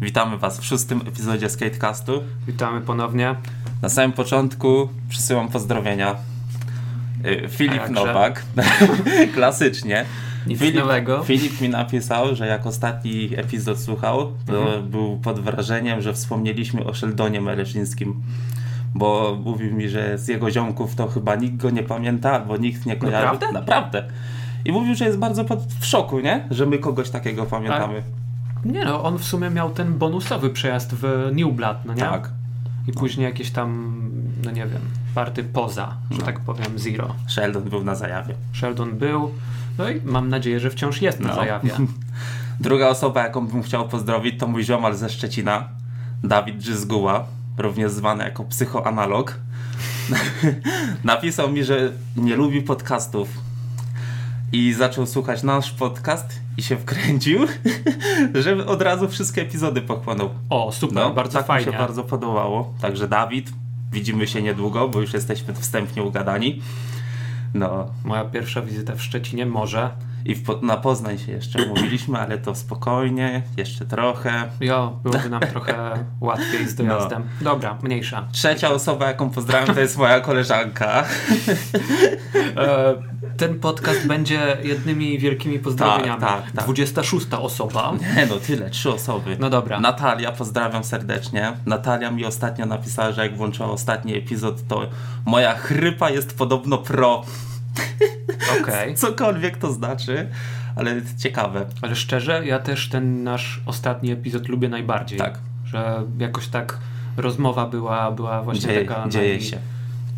Witamy Was w szóstym epizodzie Skatecastu. Witamy ponownie. Na samym początku przysyłam pozdrowienia. Y, A Filip jakże? Nowak, klasycznie. Nic Filip, nowego. Filip mi napisał, że jak ostatni epizod słuchał, to Mhm. był pod wrażeniem, że wspomnieliśmy o Sheldonie Meleszyńskim. Bo mówił mi, że z jego ziomków to chyba nikt go nie pamięta, bo nikt nie kojarzy. Naprawdę? Naprawdę. I mówił, że jest bardzo pod, w szoku, nie? Że my kogoś takiego pamiętamy. Nie no, on w sumie miał ten bonusowy przejazd w Newblad, no nie? Tak. I później jakieś tam, no nie wiem, party poza, że No. tak powiem, zero. Sheldon był na zajawie. Sheldon był, no i mam nadzieję, że wciąż jest na No. zajawie. Druga osoba, jaką bym chciał pozdrowić, to mój ziomal ze Szczecina, Dawid Dżyzguła, również zwany jako psychoanalog. Napisał mi, że nie lubi podcastów i zaczął słuchać nasz podcast i się wkręcił, żeby od razu wszystkie epizody pochłonął. O, super, bardzo tak fajnie. mi się bardzo podobało. Także Dawid, widzimy się niedługo, bo już jesteśmy wstępnie ugadani. No, Moja pierwsza wizyta w Szczecinie, może. i w, po- na Poznań się jeszcze mówiliśmy, ale to spokojnie, jeszcze trochę. Jo, byłoby nam trochę łatwiej z No. dojazdem. Dobra, mniejsza. Trzecia osoba, jaką pozdrawiam, to jest moja koleżanka. E, ten podcast będzie jednymi wielkimi pozdrowieniami. Tak, tak, tak. 26 osoba. Nie no, tyle, trzy osoby. No dobra. Natalia, pozdrawiam serdecznie. Natalia mi ostatnio napisała, że jak włączyła ostatni epizod, to moja chrypa jest podobno pro. Okej. Cokolwiek to znaczy, ale ciekawe. Ale szczerze, ja też ten nasz ostatni epizod lubię najbardziej. Tak. Że jakoś tak rozmowa była, była właśnie Dzieje, taka dzieje naj, się.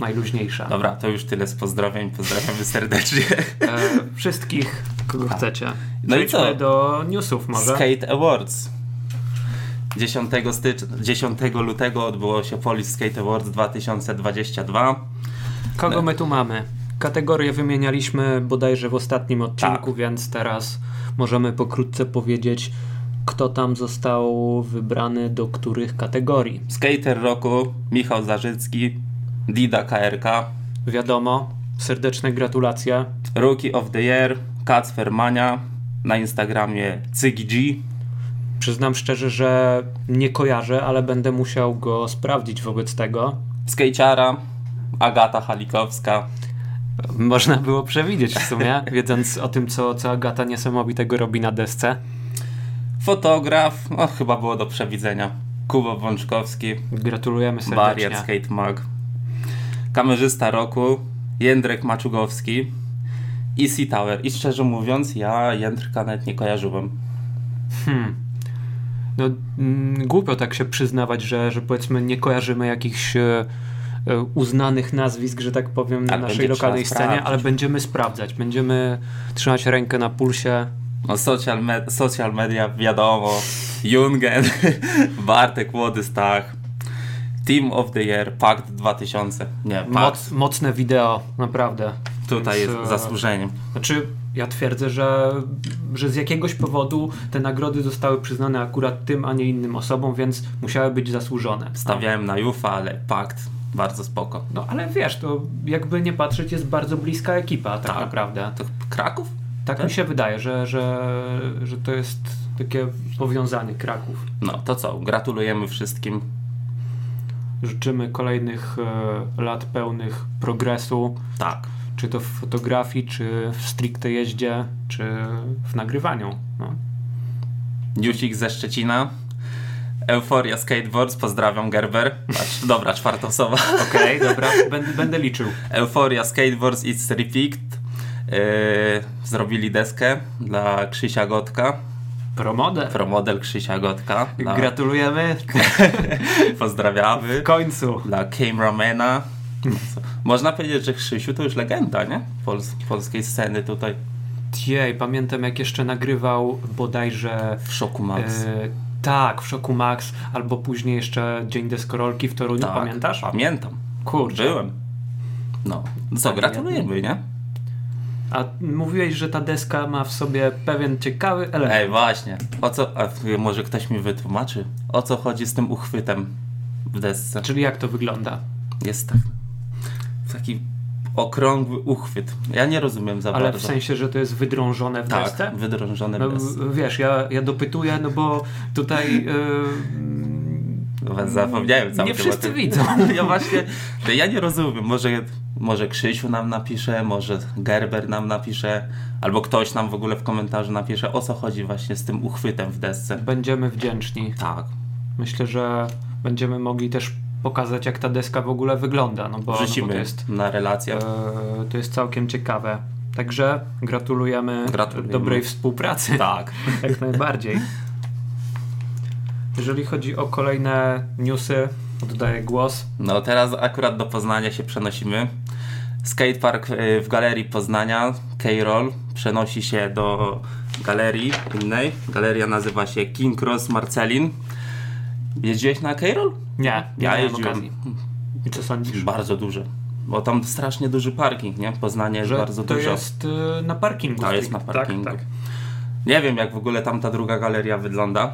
No. najluźniejsza. Dobra, to już tyle z pozdrowień. Pozdrawiamy serdecznie. E, wszystkich, kogo chcecie. No i Przejdźmy co? do newsów może. Skate Awards. 10, stycznia, 10 lutego odbyło się Polish Skate Awards 2022. no. kogo my tu mamy? Kategorie wymienialiśmy bodajże w ostatnim Tak. odcinku, więc teraz możemy pokrótce powiedzieć, kto tam został wybrany do których kategorii. Skater roku Michał Zarzycki, Dida KRK, Wiadomo, serdeczne gratulacje. Rookie of the Year Kacper Mania, na Instagramie Cygi G. Przyznam szczerze, że nie kojarzę, ale będę musiał go sprawdzić wobec tego. Skejciara Agata Halikowska. Można było przewidzieć w sumie, wiedząc o tym, co, co Agata niesamowitego robi na desce. Fotograf, o, chyba było do przewidzenia. Kuba Bączkowski, Gratulujemy Wariat serdecznie. Skate Mag. Kamerzysta roku Jędrek Maczugowski i Sea Tower. I szczerze mówiąc, ja Jędrka nawet nie kojarzyłem. Hmm. No, mm, głupio tak się przyznawać, że, że powiedzmy nie kojarzymy jakichś e, e, uznanych nazwisk, że tak powiem, na Ale naszej będzie lokalnej trzeba scenie, sprawdzić. ale będziemy sprawdzać. Będziemy trzymać rękę na pulsie. No, social, med- social media, wiadomo. Jungen, Bartek Młody Stach, Team of the Year, Pakt 2000. Nie, Pakt Moc, mocne wideo, naprawdę. tutaj więc, jest e, zasłużeniem. Znaczy, ja twierdzę, że, że z jakiegoś powodu te nagrody zostały przyznane akurat tym, a nie innym osobom, więc musiały być zasłużone. Stawiałem na Jufa, ale Pakt bardzo spoko. No ale wiesz, to jakby nie patrzeć, jest bardzo bliska ekipa tak, Tak. naprawdę. To Kraków? Tak mi się wydaje, że, że, że to jest takie powiązanie Kraków. No to co, gratulujemy wszystkim. Życzymy kolejnych e, lat pełnych progresu, Tak. czy to w fotografii, czy w stricte jeździe, czy w nagrywaniu. No. Newsik ze Szczecina. Euforia Skateboards, pozdrawiam Gerber. Patrz, dobra, czwarta osoba. Okej, dobra, będę, będę liczył. Euforia Skateboards It's Repicked. Yy, zrobili deskę dla Krzysia Gotka. Promodę. Promodel Krzysia Gotka. Dla, Gratulujemy pozdrawiamy. No. w końcu. Dla Cameramana. Można powiedzieć, że Krzysiu to już legenda, nie? Pols- polskiej sceny tutaj. Jej, pamiętam jak jeszcze nagrywał bodajże W szoku Max. e, tak, w Szoku Max, albo później jeszcze Dzień Deskorolki w Toruniu, Tak, no pamiętasz? Pamiętam. Kurczę. Byłem. No. Co, gratulujemy, nie? A mówiłeś, że ta deska ma w sobie pewien ciekawy element. Ej, właśnie. O co... A, może ktoś mi wytłumaczy, o co chodzi z tym uchwytem w desce? Czyli jak to wygląda? Jest tak. Taki okrągły uchwyt. Ja nie rozumiem za Ale bardzo. w sensie, że to jest wydrążone w tak, desce? wydrążone No, bez. w- wiesz, ja, ja dopytuję, no bo tutaj Was Zapomniałem yy, całkiem nie o wszyscy tym. widzą. Ja właśnie, no ja nie rozumiem. Może, może Krzysiu nam napisze, może Gerber nam napisze, albo ktoś nam w ogóle w komentarzu napisze, o co chodzi właśnie z tym uchwytem w desce. Będziemy wdzięczni. Tak. Myślę, że będziemy mogli też pokazać, jak ta deska w ogóle wygląda, no bo, no bo to, Wrzucimy jest, na relacjach. e, to jest całkiem ciekawe. Także gratulujemy, Gratulujemy. dobrej współpracy. Tak. Jak najbardziej. Jeżeli chodzi o kolejne newsy, oddaję głos. No teraz akurat do Poznania się przenosimy. Skatepark y, w galerii Poznania, K-Roll, przenosi się do galerii innej. Galeria nazywa się King Cross Marcelin. Jeździłeś na K-Roll? Nie, nie Ja miałem jeździłem. okazji. I co sądzisz? Bardzo duży. Bo tam strasznie duży parking, nie? Poznanie jest Że bardzo to duże. jest y, na parkingu. To jest na stricte. parkingu. Tak, tak. Nie wiem, jak w ogóle tam ta druga galeria wygląda,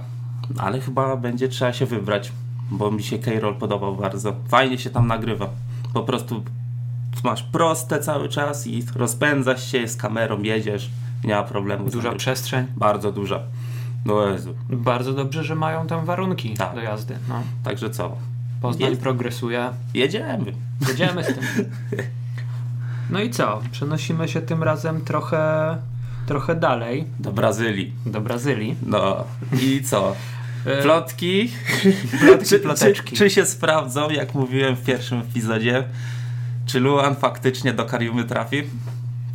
ale chyba będzie trzeba się wybrać, bo mi się K-Roll podobał bardzo. Fajnie się tam nagrywa. Po prostu masz proste cały czas i rozpędzasz się z kamerą, jedziesz, nie ma problemu. z Duża nagrywaniem. przestrzeń. Bardzo duża. No Jezu. Bardzo dobrze, że mają tam warunki Tak. do jazdy. No. Także co? Poznań Jest. progresuje. Jedziemy. Jedziemy z tym. No i co? Przenosimy się tym razem trochę, trochę dalej, Do Brazylii. do Brazylii. No i co? E, Plotki. plotki, czy, ploteczki. Czy, czy się sprawdzą, jak mówiłem w pierwszym epizodzie? Czy Luan faktycznie do Kariumy trafi?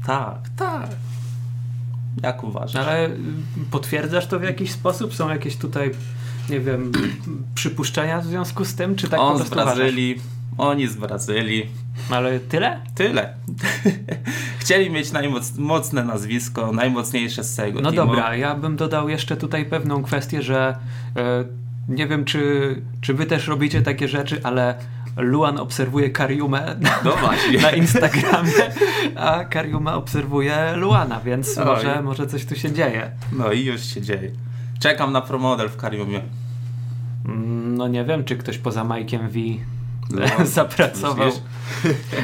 Tak, tak. Jak uważasz? Ale y, potwierdzasz to w jakiś sposób? Są jakieś tutaj, nie wiem, przypuszczenia w związku z tym? Czy tak po On z prostu Brazylii, oni z Brazylii. uważasz? Ale tyle? Tyle. Chcieli mieć najmoc- mocne nazwisko, najmocniejsze z całego No teamu. dobra, ja bym dodał jeszcze tutaj pewną kwestię, że e, nie wiem, czy, czy wy też robicie takie rzeczy, ale Luan obserwuje Kariumę No właśnie. na Instagramie, a Kariuma obserwuje Luana, więc Oj. może, może coś tu się dzieje. No i już się dzieje. Czekam na promodel w Kariumie. Mm, No nie wiem, czy ktoś poza Majkiem V No, zapracował. myślisz?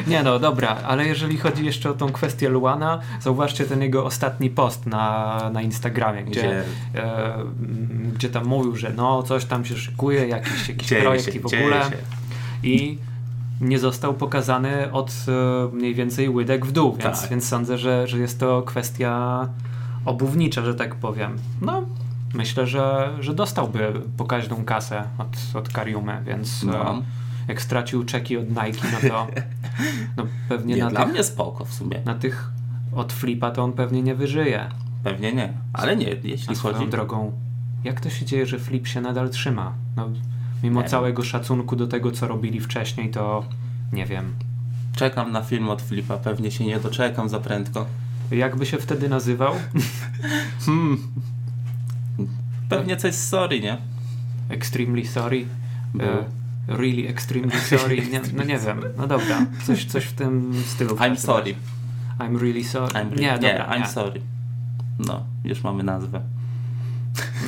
Nie no, dobra, ale jeżeli chodzi jeszcze o tą kwestię Luana, zauważcie ten jego ostatni post na, na Instagramie, gdzie, Gdzie- e, mm, gdzie tam mówił, że no coś tam się szykuje, jakiś, jakiś Dzieje projekt się, i w dzieje ogóle. się. I nie został pokazany od e, mniej więcej łydek w dół, więc, Tak. więc sądzę, że, że jest to kwestia obuwnicza, że tak powiem. No, myślę, że, że dostałby pokaźną kasę od, od Kariumy, więc... No. e, jak stracił czeki od Nike, no to no pewnie Nie, na, dla tych, mnie spoko w sumie. na tych od flipa to on pewnie nie wyżyje. Pewnie nie. Ale nie, A jeśli chodzi... swoją drogą, jak to się dzieje, że flip się nadal trzyma? No, mimo Nie wiem. całego szacunku do tego, co robili wcześniej, to nie wiem. Czekam na film od Filipa, pewnie się nie doczekam za prędko. Jakby się wtedy nazywał? Hmm. Pewnie coś z sorry, nie? Extremely sorry. Był. E, really extremely sorry. Nie, no nie wiem. No dobra. Coś, coś w tym stylu. w I'm każdym sorry. razie. I'm really sorry. I'm, nie, dobra. nie, I'm sorry. No, już mamy nazwę.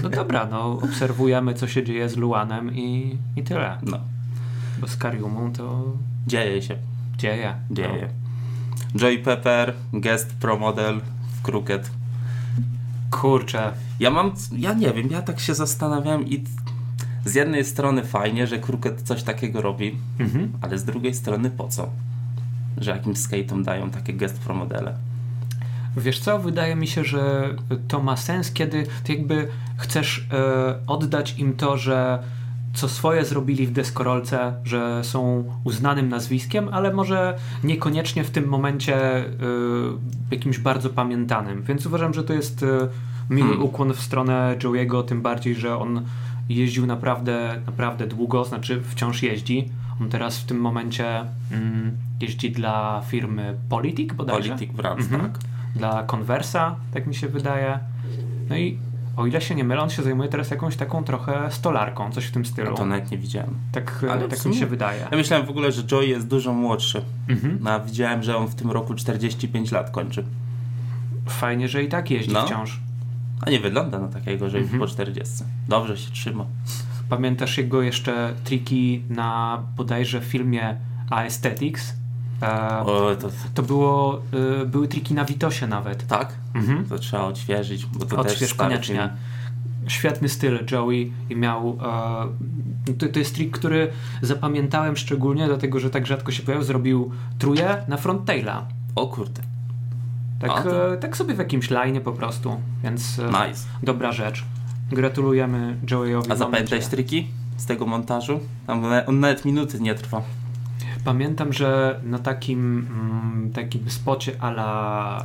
No dobra, no obserwujemy, co się dzieje z Luanem i, i tyle. No, Bo z Kariumą to dzieje się, dzieje. dzieje. Joy Pepper, guest pro model w Crooked. No. Kurczę. Ja mam, ja nie wiem, ja tak się zastanawiałem i t- z jednej strony fajnie, że Crooked coś takiego robi, Mhm. ale z drugiej strony po co? Że jakimś skate'om dają takie guest pro modele. Wiesz co, wydaje mi się, że to ma sens, kiedy ty jakby chcesz e, oddać im to, że co swoje zrobili w deskorolce, że są uznanym nazwiskiem, ale może niekoniecznie w tym momencie e, jakimś bardzo pamiętanym. Więc uważam, że to jest e, miły Hmm. ukłon w stronę Joe'ego, tym bardziej, że on jeździł naprawdę, naprawdę długo, znaczy wciąż jeździ. On teraz w tym momencie mm, jeździ dla firmy Politik bodajże? Politic Brands, Mhm. tak? Dla Conversa, tak mi się wydaje. No i o ile się nie mylę, on się zajmuje teraz jakąś taką trochę stolarką, coś w tym stylu. No to nawet nie widziałem. Tak, Ale w tak mi sumie- się wydaje. Ja myślałem w ogóle, że Joey jest dużo młodszy. Mhm. No, a widziałem, że on w tym roku 45 lat kończy. Fajnie, że i tak jeździ No. wciąż. A nie wygląda na takiego, że Mhm. po 40. Dobrze się trzyma. Pamiętasz jego jeszcze triki na bodajże filmie Aesthetics? E, O, to, to było, y, były triki na Witosie nawet. tak? Mhm. To trzeba odświeżyć, bo to też Odśwież stary koniecznie. film. Świetny styl Joey i miał. E, to, to jest trik, który zapamiętałem szczególnie, dlatego że tak rzadko się pojawił. Zrobił truje na front taila. O kurde, A, Tak, to- e, tak sobie w jakimś lajnie po prostu, więc e, nice. dobra rzecz. Gratulujemy Joeyowi. A Mam zapamiętałeś nadzieję. triki z tego montażu? Tam na- on nawet minuty nie trwa. Pamiętam, że na takim, mm, takim spocie ala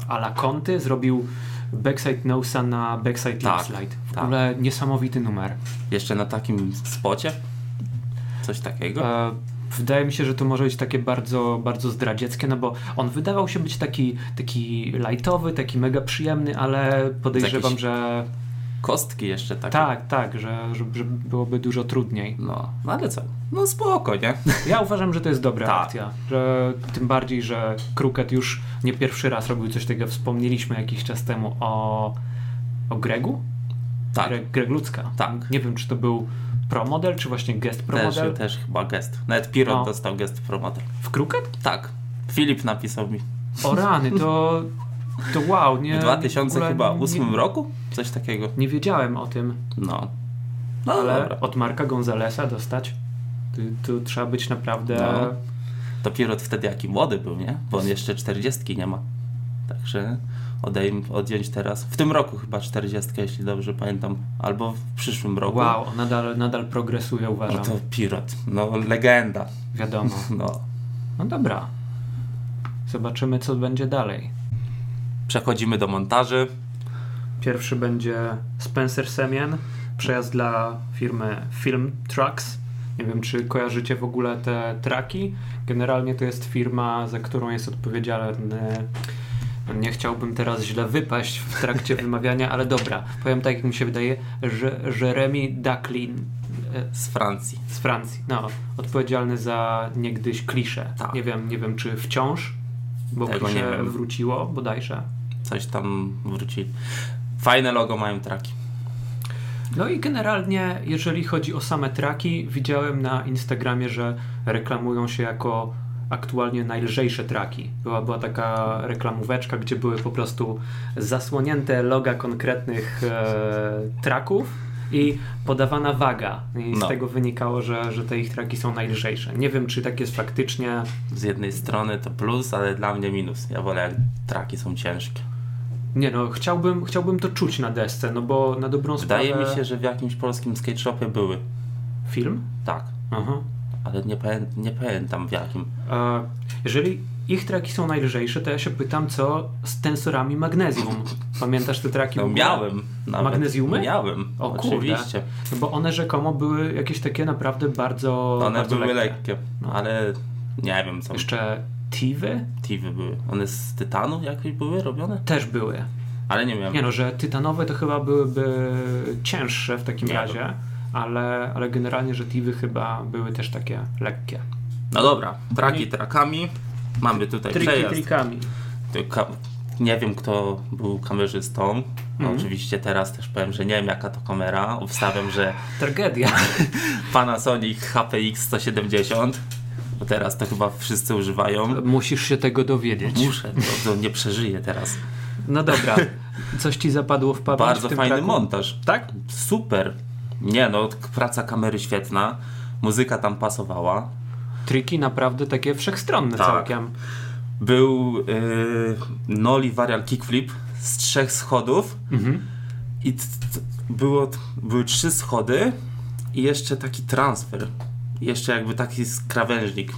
ala Conty zrobił backside nosa na backside Tak, slide. W tak. ogóle niesamowity numer. Jeszcze na takim spocie? Coś takiego? E, wydaje mi się, że to może być takie bardzo, bardzo zdradzieckie, no bo on wydawał się być taki, taki lightowy, taki mega przyjemny, ale podejrzewam, Jakiś- że Kostki jeszcze takie. tak, tak, że, że, że byłoby dużo trudniej. No, no ale co? No spoko, nie? Ja uważam, że to jest dobra Tak. akcja. Że, tym bardziej, że Kruket już nie pierwszy raz robił coś takiego. Wspomnieliśmy jakiś czas temu o, o Gregu? Tak, Greg, Greg Lucka. Tak. Nie wiem, czy to był promodel, czy właśnie guest też, promodel. też chyba gest. Nawet Pirot No. dostał gest promoter. W Kruket? Tak, Filip napisał mi. O rany, to, to wow. Nie, W 2000 ogóle chyba ósmym nie, roku? Coś takiego. nie wiedziałem o tym, No. No ale dobra. od Marka Gonzalesa dostać, to, to trzeba być naprawdę... No. To Pirot wtedy jaki młody był, nie? Bo on jeszcze 40 nie ma. Także odejm, odjąć teraz. W tym roku chyba 40, jeśli dobrze pamiętam. Albo w przyszłym roku. Wow, on nadal, nadal progresuje, No uważam. to Pirot. No legenda. Wiadomo. No. No dobra. Zobaczymy, co będzie dalej. Przechodzimy do montaży. Pierwszy będzie Spencer Semien, przejazd dla firmy Film Trucks. Nie wiem, czy kojarzycie w ogóle te traki. Generalnie to jest firma, za którą jest odpowiedzialny. no Nie chciałbym teraz źle wypaść w trakcie wymawiania, ale dobra. Powiem tak, jak mi się wydaje, że Jeremy Ducklin e, Z Francji. z Francji. No, odpowiedzialny za niegdyś klisze. Tak. Nie wiem, nie wiem czy wciąż, bo Tego nie klisze wiem. wróciło bodajże. Coś tam wrócili. Fajne logo mają traki. No i generalnie, jeżeli chodzi o same traki, widziałem na Instagramie, że reklamują się jako aktualnie najlżejsze traki. Była, była taka reklamóweczka, gdzie były po prostu zasłonięte loga konkretnych e, traków i podawana waga. I z No. tego wynikało, że, że te ich traki są najlżejsze. Nie wiem, czy tak jest faktycznie. Z jednej strony to plus, ale dla mnie minus. Ja wolę jak traki są ciężkie. Nie no, chciałbym, chciałbym to czuć na desce, no bo na dobrą Wydaje sprawę... mi się, że w jakimś polskim skate shopie były. Film? Tak, Aha. ale nie, pamię nie pamiętam w jakim. E, jeżeli ich traki są najlżejsze, to ja się pytam, co z tensorami magnezjum? Pamiętasz te traki? w No ogóle? miałem. Nawet. Magnezjumy? Miałem, O kurde. oczywiście. No bo one rzekomo były jakieś takie naprawdę bardzo One bardzo były lekkie, No. ale nie wiem co. Jeszcze tiwy Tiwy były. One z tytanu jakoś były robione? też były. Ale nie wiem. Nie no, że tytanowe to chyba byłyby cięższe w takim Nie no. wiem. razie, ale, ale generalnie, że tiwy chyba były też takie lekkie. No dobra, traki trakami. Mamy tutaj Triki przejazd. trikami. To Ka- nie wiem, kto był kamerzystą. No, Mhm. Oczywiście teraz też powiem, że nie wiem jaka to kamera. Obstawiam, że Tragedia. Panasonic HPX 170. Bo teraz to chyba wszyscy używają. Musisz się tego dowiedzieć. Muszę, to, to nie przeżyję teraz. No dobra, coś ci zapadło w pamięć? Bardzo w tym fajny traku? montaż. Tak? Super. Nie no, k- praca kamery świetna. Muzyka tam pasowała. Triki naprawdę takie wszechstronne Tak. całkiem. Był yy, Noli Varial Kickflip z trzech schodów. I t, t, było, t- były trzy schody i jeszcze taki transfer. I Jeszcze jakby taki skrawężnik.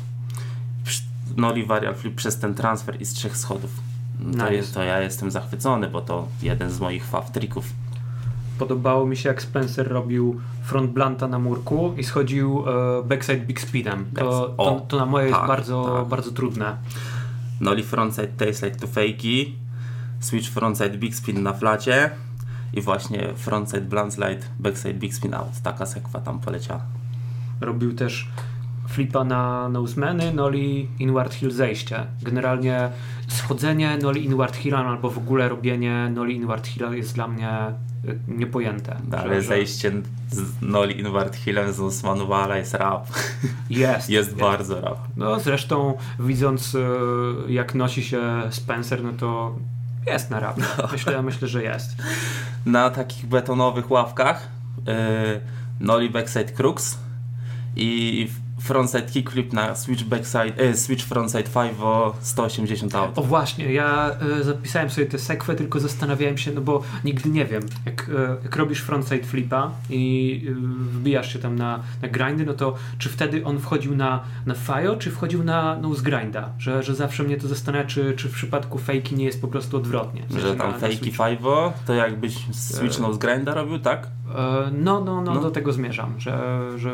Psz- Noli Varial Flip przez ten transfer i z trzech schodów. No Nice. to, jest, to ja jestem zachwycony, bo to jeden z moich faw trików. Podobało mi się, jak Spencer robił front blanta na murku i schodził e, backside big speedem. To, Backside. O, to, to na moje jest tak, bardzo, tak. bardzo trudne. Noli Frontside Tailslide to Fakey, Switch Frontside Big Spin na flacie i właśnie Frontside Blunt Slide Backside Big Spin Out. Taka sekwa tam poleciała. Robił też Flipa na Nosemeny, Noli Inward Hill zejście. Generalnie schodzenie Noli Inward Hilla no albo w ogóle robienie Noli Inward Hilla jest dla mnie y, niepojęte. Ale że- zejście z Noli Inward Hillem z Osmanuwala jest rap. Jest. Jest bardzo rap. No zresztą widząc y, jak nosi się Spencer, no to jest na rap. Myślę, myślę, że jest. Na takich betonowych ławkach yy, Noli Backside Crux i frontside kickflip na switch, backside, yy, switch frontside 5 o 180 out. O właśnie, ja y, zapisałem sobie te sekwy, tylko zastanawiałem się, no bo nigdy nie wiem, jak, y, jak robisz frontside flipa i y, wbijasz się tam na, na grindy, no to czy wtedy on wchodził na, na fajo, czy wchodził na nose grinda? Że, że zawsze mnie to zastanawia, czy, czy w przypadku fejki nie jest po prostu odwrotnie. W sensie Że na- tam na fejki switch- 5 to jakbyś switch nose grinda robił, tak? E, No, no, no, No. do tego zmierzam, że, że,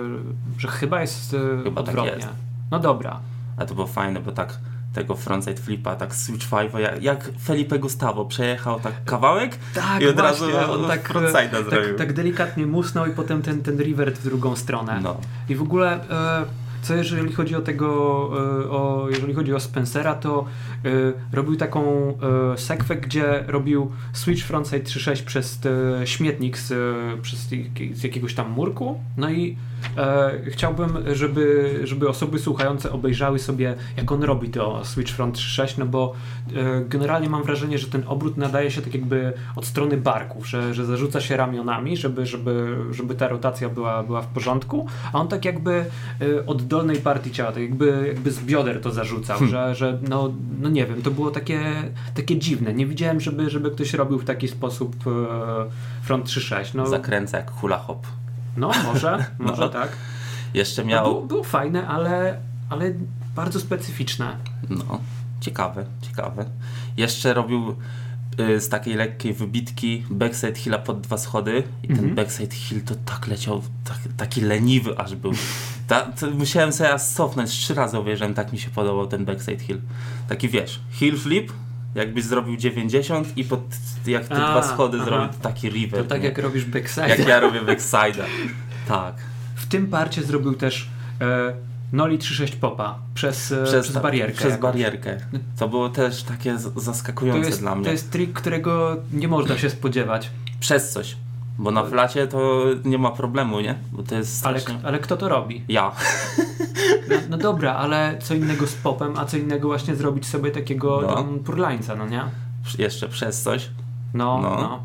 że chyba jest e, Chyba tak odwrotnie. jest. No dobra. A to było fajne, bo tak tego frontside flipa, tak switch 5 jak, jak Felipe Gustavo przejechał tak kawałek Tak, i od właśnie, razu on tak, e, frontside'a tak, zrobił. tak delikatnie musnął i potem ten, ten revert w drugą stronę. No. I w ogóle, e, co jeżeli chodzi o tego, e, o, jeżeli chodzi o Spencera, to e, robił taką e, sekwę, gdzie robił switch frontside 3.6 przez e, śmietnik z, e, przez, jak- z jakiegoś tam murku. No i e, chciałbym, żeby, żeby osoby słuchające obejrzały sobie, jak on robi to switch front 3.6, no bo e, generalnie mam wrażenie, że ten obrót nadaje się tak jakby od strony barków, że, że zarzuca się ramionami, żeby, żeby, żeby ta rotacja była, była w porządku, a on tak jakby e, od dolnej partii ciała, tak jakby, jakby z bioder to zarzucał, że, że no, no nie wiem, to było takie, takie dziwne. Nie widziałem, żeby, żeby ktoś robił w taki sposób e, front 3.6. No, Zakręca jak hula hop. no może, może No. tak. Jeszcze No, miał... było, było fajne, ale, ale bardzo specyficzne. No, ciekawe, ciekawe. Jeszcze robił y, z takiej lekkiej wybitki backside hilla pod dwa schody i ten Mhm. backside hill to tak leciał, tak, taki leniwy aż był. Ta, to musiałem sobie aż cofnąć, trzy razy obejrzałem, tak mi się podobał ten backside hill. Taki wiesz, hill flip, jakbyś zrobił 90 i pod, jak te A, dwa schody aha. zrobił to taki river. To tak jak robisz backside. jak ja robię backside'a. Tak. W tym parcie zrobił też e, Noli 3.6 popa przez, e, przez, ta- barierkę. Przez jakąś. barierkę. To było też takie z- to zaskakujące jest, dla mnie. to jest trik, którego nie można się spodziewać. Przez coś. Bo na flacie to nie ma problemu, nie? Bo to jest Ale, strasznie... ale kto to robi? Ja. No, no dobra, ale co innego z popem, a co innego właśnie zrobić sobie takiego No. tam purlańca, no nie? Jeszcze przez coś. No, no. No.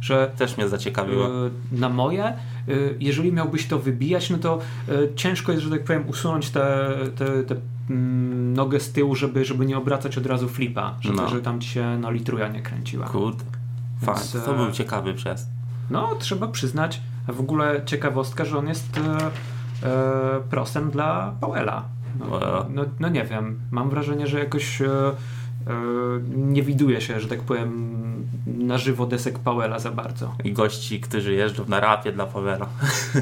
Że Też mnie zaciekawiło. y, na moje, y, jeżeli miałbyś to wybijać, no to y, ciężko jest, że tak powiem, usunąć tę te, te, mm, nogę z tyłu, żeby, żeby nie obracać od razu flipa, żeby, No. żeby tam ci się no, litruja nie kręciła. Kurde. Fajnie. Więc, To e, był ciekawy przez. No, trzeba przyznać, a w ogóle ciekawostka, że on jest e, e, prosem dla Powella. No, Wow. no, no nie wiem, mam wrażenie, że jakoś e, e, nie widuje się, że tak powiem, na żywo desek Powella za bardzo. I gości, którzy jeżdżą na rapie dla Pawela.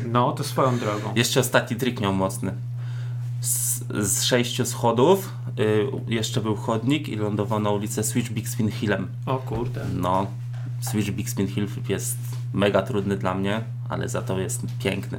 No, to swoją drogą. Jeszcze ostatni trik miał mocny. Z, z sześciu schodów y, jeszcze był chodnik i lądował na ulicę Switch Big Spin Hillem. O kurde. No, Switch Big Spin Hill jest mega trudny dla mnie, ale za to jest piękny.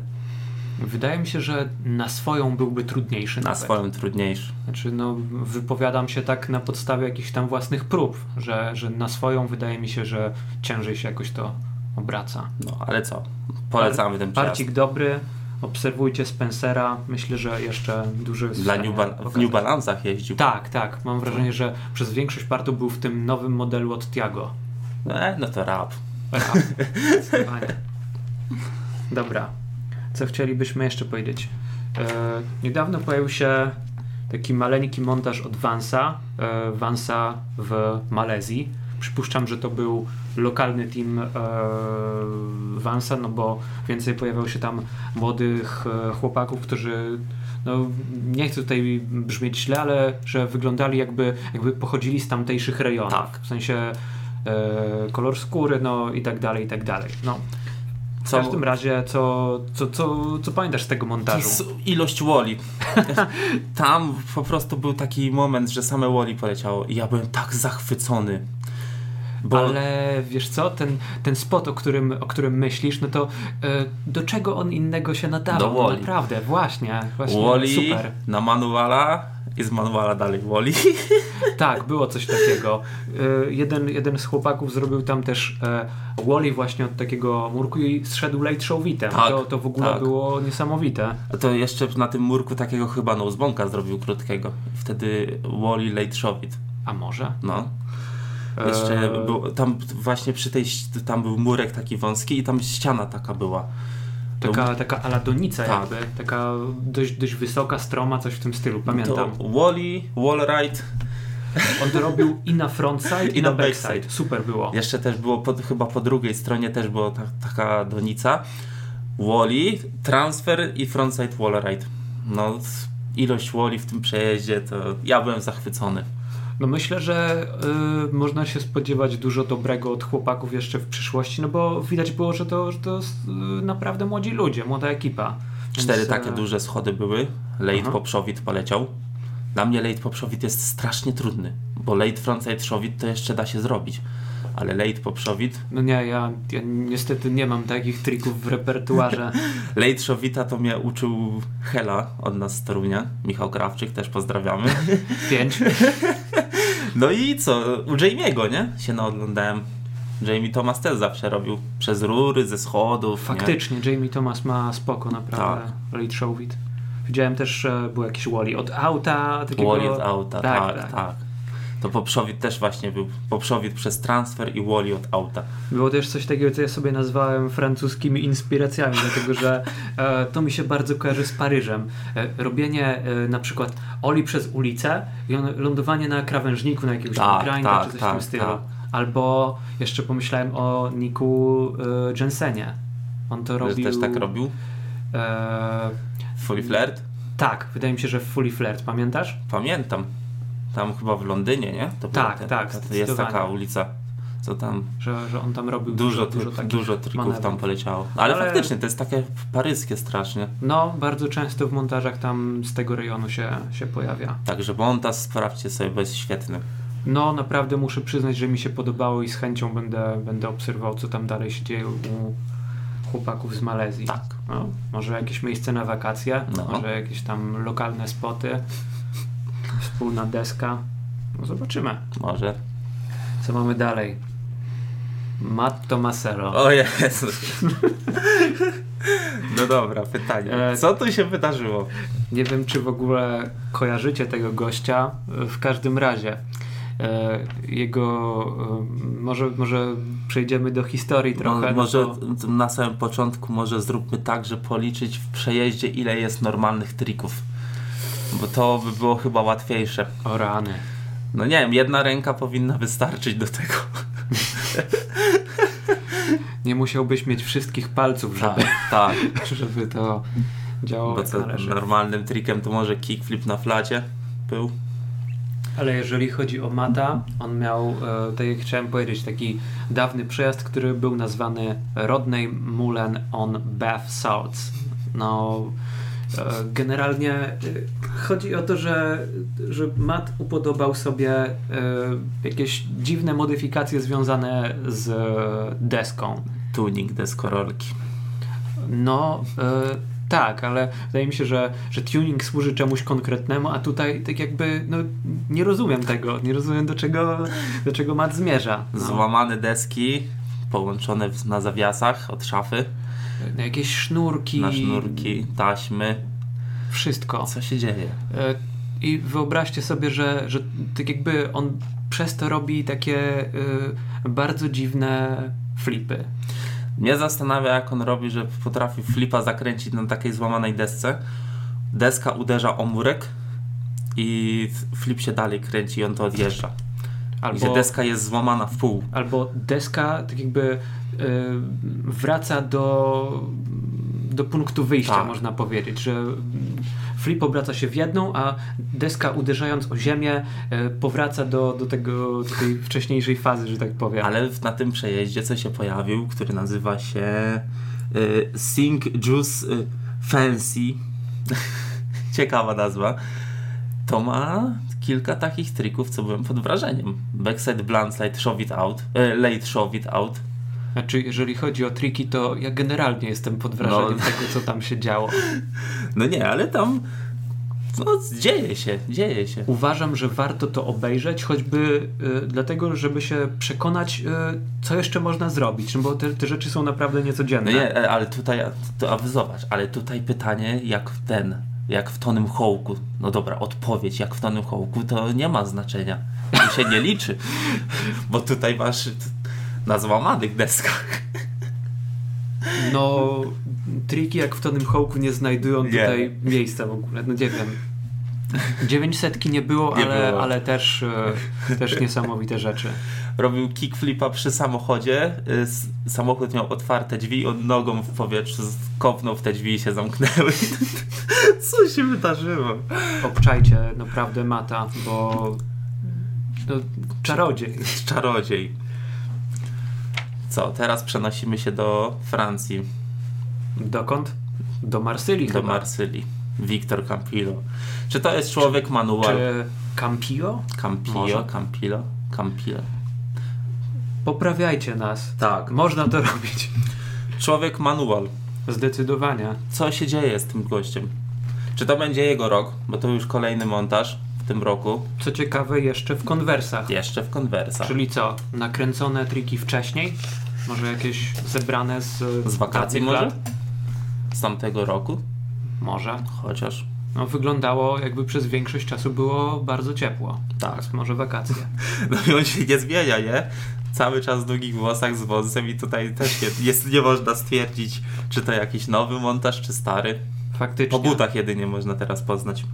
Wydaje mi się, że na swoją byłby trudniejszy. Na nawet. swoim trudniejszy. Znaczy, no, wypowiadam się tak na podstawie jakichś tam własnych prób, że, że na swoją wydaje mi się, że ciężej się jakoś to obraca. No, ale co? Polecamy ten przejazd. Parcik dobry, obserwujcie Spencera, myślę, że jeszcze duży... jest w Dla stanie New Bal- w pokazać. New Balance'ach jeździł. Tak, tak, mam wrażenie, że przez większość partu był w tym nowym modelu od Tiago. E, no to rap. Rap, zdecydowanie. Dobra, co chcielibyśmy jeszcze powiedzieć? E, niedawno pojawił się taki maleńki montaż od Vansa, e, Vansa w Malezji. Przypuszczam, że to był lokalny team e, Vansa, no bo więcej pojawiał się tam młodych e, chłopaków, którzy no, nie chcę tutaj brzmieć źle, ale że wyglądali jakby, jakby pochodzili z tamtejszych rejonów. Tak. W sensie e, kolor skóry, no i tak dalej, i tak dalej. No. W Co- każdym razie, co, co, co, co pamiętasz z tego montażu? Z ilość Woli. Tam po prostu był taki moment, że same Woli poleciało i ja byłem tak zachwycony. Bo... Ale wiesz co, ten, ten spot, o którym, o którym myślisz, no to e, do czego on innego się nadawał? No Do Wall-E. Naprawdę, właśnie. właśnie Woli Super. na manuala i z manuala dalej Woli. Tak, było coś takiego. E, jeden, jeden z chłopaków zrobił tam też e, Wally właśnie od takiego murku i zszedł late showitem. Tak, to, to w ogóle tak. było niesamowite. A to jeszcze na tym murku takiego chyba nosebonka zrobił krótkiego. Wtedy Woli late showit. A może? No. Jeszcze Eee. był, tam właśnie przy tej, ś- tam był murek taki wąski i tam ściana taka była. To- Taka, taka aladonica no- Tak. jakby, taka dość, dość wysoka, stroma, coś w tym stylu, To pamiętam. Wally, Wall Ride. On to robił i na frontside, i, I na, na backside. backside. Super było. Jeszcze też było pod, chyba po drugiej stronie też była ta, taka donica. Wally, transfer i frontside Wall Ride. No, s- ilość Wally w tym przejeździe to ja byłem zachwycony. No myślę, że y, można się spodziewać dużo dobrego od chłopaków jeszcze w przyszłości, no bo widać było, że to, że to y, naprawdę młodzi ludzie, młoda ekipa. Więc, Cztery e, takie duże schody były. Late Aha. poprzowit poleciał. Dla mnie late poprzowit jest strasznie trudny, bo late frontside showit to jeszcze da się zrobić. Ale late poprzowit, No nie, ja, ja niestety nie mam takich trików w repertuarze. late showita to mnie uczył Hela od nas z Torunia, Michał Krawczyk, też pozdrawiamy. Pięć. No i co, u Jamie'ego, nie? Się naoglądałem. Jamie Thomas też zawsze robił przez rury, ze schodów. nie? Faktycznie, Jamie Thomas ma spoko, naprawdę. Tak. Late show it. Widziałem też, e, był jakiś Wally od auta. Takiego... Wall od auta, tak, tak. To poprzowit też właśnie był. Poprzowit przez transfer i Wally od auta. Było też coś takiego, co ja sobie nazwałem francuskimi inspiracjami, dlatego że e, to mi się bardzo kojarzy z Paryżem. E, robienie e, na przykład Oli przez ulicę i on, lądowanie na krawężniku, na jakiegoś Tak, grinda tak, czy coś w tym tak, stylu. tak. Albo jeszcze pomyślałem o Niku e, Jensenie. On to robił... Robił... Też tak robił. E, Fully Flirt? tak, wydaje mi się, że w Fully Flirt, pamiętasz? Pamiętam. Tam chyba w Londynie, nie? To była Tak, tak, ta- Jest zdecydowanie. taka ulica, co tam Że, że on tam robił dużo, dużo, dużo, dużo takich dużo trików tam manewrów. poleciało. No, Ale, Ale- faktycznie, to jest takie paryskie strasznie. No, bardzo często w montażach tam z tego rejonu się, się pojawia. Także Bontas, sprawdźcie sobie, bo jest świetny. No, naprawdę muszę przyznać, że mi się podobało i z chęcią będę, będę obserwował, co tam dalej się dzieje u chłopaków z Malezji. Tak. No, może jakieś miejsce na wakacje, No. może jakieś tam lokalne spoty, wspólna deska. No, zobaczymy, Może. co mamy dalej. Matto Masero. O Jezu. No dobra, pytanie. E, Co tu się wydarzyło? Nie wiem, czy w ogóle kojarzycie tego gościa. W każdym razie, e, jego. e, Może, może przejdziemy do historii trochę. Mo- no może to- na samym początku może zróbmy tak, że policzyć w przejeździe ile jest normalnych trików. Bo to by było chyba łatwiejsze. O rany. No nie wiem, jedna ręka powinna wystarczyć do tego. Nie musiałbyś mieć wszystkich palców, żeby, tak. żeby to działało Bo jak to należy. normalnym trikiem to może kickflip na flacie był. Ale jeżeli chodzi o Mata, on miał, e, tak jak chciałem powiedzieć, taki dawny przejazd, który był nazwany Rodney Mullen on Bath Salts. No, e, generalnie e, chodzi o to, że, że Matt upodobał sobie e, jakieś dziwne modyfikacje związane z deską. Tuning deskorolki. No, e, tak, ale wydaje mi się, że, że tuning służy czemuś konkretnemu, a tutaj tak jakby, no, nie rozumiem tego, nie rozumiem do czego, do czego Matt zmierza. No. Złamane deski połączone w- na zawiasach od szafy, No, Jakieś sznurki, na sznurki, taśmy. wszystko. Co się dzieje? E, I wyobraźcie sobie, że, że tak jakby on przez to robi takie y, bardzo dziwne flipy. Mnie zastanawia, jak on robi, że potrafi flipa zakręcić na takiej złamanej desce. Deska uderza o murek i flip się dalej kręci i on to odjeżdża. Gdzie Albo, deska jest złamana w pół. albo deska tak jakby y, wraca do, do punktu wyjścia, Tak. można powiedzieć, że mm, flip obraca się w jedną, a deska uderzając o ziemię y, powraca do, do, tego, do tej wcześniejszej fazy, że tak powiem. Ale w- na tym przejeździe co się pojawił, który nazywa się y, Sink Juice y, Fancy. Ciekawa nazwa. To ma kilka takich trików, co byłem pod wrażeniem. Backside blunt, late shove it out. E, late shove it out. Znaczy, jeżeli chodzi o triki, to ja generalnie jestem pod wrażeniem No. tego, co tam się działo. No nie, ale tam... No, dzieje się, dzieje się. Uważam, że warto to obejrzeć, choćby y, dlatego, żeby się przekonać, y, co jeszcze można zrobić, no bo te, te rzeczy są naprawdę No niecodzienne. nie, e, ale tutaj, to, a wy zobacz, ale tutaj pytanie jak w ten, jak w Tonym Hołku. No dobra, odpowiedź jak w Tonym Hołku to nie ma znaczenia. To się nie liczy, bo tutaj masz t- na złamanych deskach. No, triki jak w Tonym Hołku nie znajdują Nie. tutaj miejsca w ogóle, no nie wiem. 900 nie było, Nie ale, było. ale też, y, też niesamowite rzeczy. Robił kickflipa przy samochodzie, y, s- samochód miał otwarte drzwi, on nogą w powietrzu z- kopnął w te drzwi i się zamknęły. Co się wydarzyło? Obczajcie naprawdę mata, bo no, czarodziej. Czarodziej. Co, teraz przenosimy się do Francji. Dokąd? Do Marsylii do chyba. Marsylii. Wiktor Campillo. Czy to jest człowiek manual? Czy Campillo? Campillo, Może. Campillo, Campillo. Poprawiajcie nas. Tak. Można to robić. Człowiek manual. Zdecydowanie. Co się dzieje z tym gościem? Czy to będzie jego rok? Bo to już kolejny montaż w tym roku. Co ciekawe, jeszcze w konwersach. Jeszcze w konwersach. Czyli co? Nakręcone triki wcześniej? Może jakieś zebrane z, Z wakacji dawnych może? lat? Z tamtego roku? Może. Chociaż. No, wyglądało jakby przez większość czasu było bardzo ciepło. Tak. Więc może wakacje. No i on się nie zmienia, nie? Cały czas w długich włosach z wąsem i tutaj też nie, jest, nie można stwierdzić, czy to jakiś nowy montaż, czy stary. Po Faktycznie. butach jedynie można teraz poznać.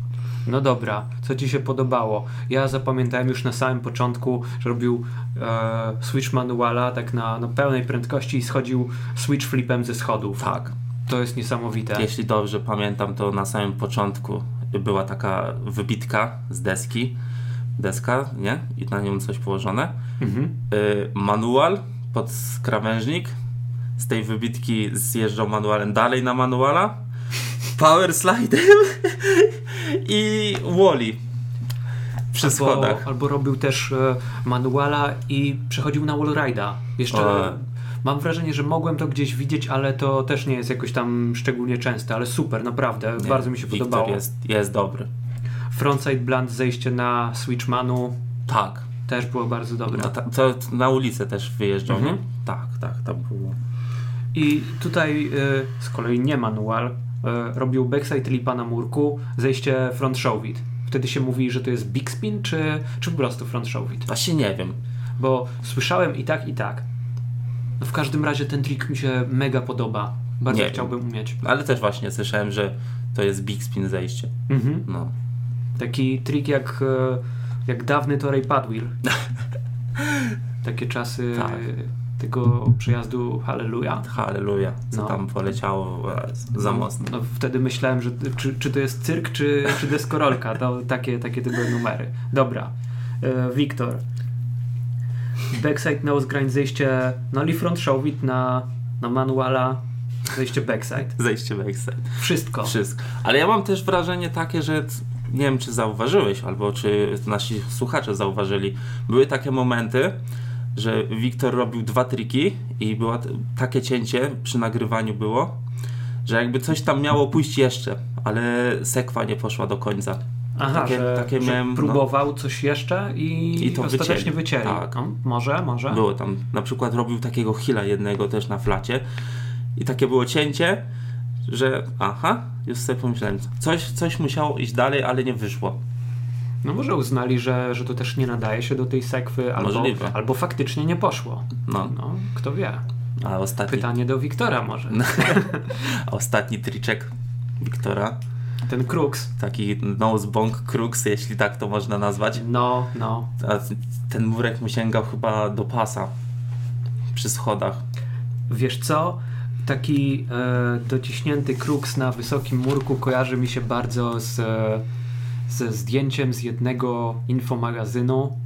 No dobra, co ci się podobało? Ja zapamiętałem już na samym początku, że robił e, switch manuala tak na, na pełnej prędkości i schodził switch flipem ze schodów. Tak. To jest niesamowite. Jeśli dobrze pamiętam, to na samym początku była taka wybitka z deski. Deska, nie? I na nią coś położone. Mhm. Y, manual pod krawężnik. Z tej wybitki zjeżdżał manualem dalej na manuala. Power slidem i Wally. Przy Albo, schodach. albo robił też e, manuala i przechodził na wallride'a. Jeszcze O. mam wrażenie, że mogłem to gdzieś widzieć, ale to też nie jest jakoś tam szczególnie częste, ale super, naprawdę, Nie, bardzo mi się Wiktor podobało. Jest, jest dobry. Frontside blunt, zejście na switchmanu Tak. też było bardzo dobre. No, ta, to na ulicę też wyjeżdżał, Mhm. nie? Tak, tak, tam było. I tutaj y, z kolei nie manual. Y, robił backside lipa na murku, zejście front showit. Wtedy się mówi, że to jest big spin, czy, czy po prostu front showit. Właśnie nie wiem. Bo słyszałem i tak, i tak. No w każdym razie ten trik mi się mega podoba. Bardzo Nie. chciałbym umieć. Ale też właśnie słyszałem, że to jest big spin zejście. Mhm. No. Taki trik jak, e, jak dawny Torej Padwheel. Takie czasy Tak. tego przejazdu Hallelujah. Halleluja. Co No. tam poleciało e, za mocno. No, wtedy myślałem, że czy, czy to jest cyrk, czy, czy deskorolka. To, takie, takie to były numery. Dobra. E, Wiktor. Backside nose grind, zejście no i front showit na, na manuala, zejście backside. Zejście backside. Wszystko. Wszystko. Ale ja mam też wrażenie takie, że t- nie wiem, czy zauważyłeś, albo czy nasi słuchacze zauważyli. Były takie momenty, że Wiktor robił dwa triki i było takie cięcie przy nagrywaniu było, że jakby coś tam miało pójść jeszcze, ale sekwa nie poszła do końca. Aha, takie- że, takie że miałem, no. próbował coś jeszcze i, I to ostatecznie wycięli. wycięli. Tak. No, może, może. Było tam, na przykład robił takiego hila jednego też na flacie i takie było cięcie, że aha, już sobie pomyślałem, coś, coś musiało iść dalej, ale nie wyszło. No może uznali, że, że to też nie nadaje się do tej sekwy, albo, Możliwe. albo faktycznie nie poszło. No, No, kto wie. a ostatni, Pytanie do Wiktora może. No. a ostatni triczek Wiktora, Ten Crux. taki nosebong crux, jeśli tak to można nazwać, No, no. a ten murek mu sięgał chyba do pasa przy schodach. Wiesz co? Taki e, dociśnięty kruks na wysokim murku kojarzy mi się bardzo z, e, ze zdjęciem z jednego infomagazynu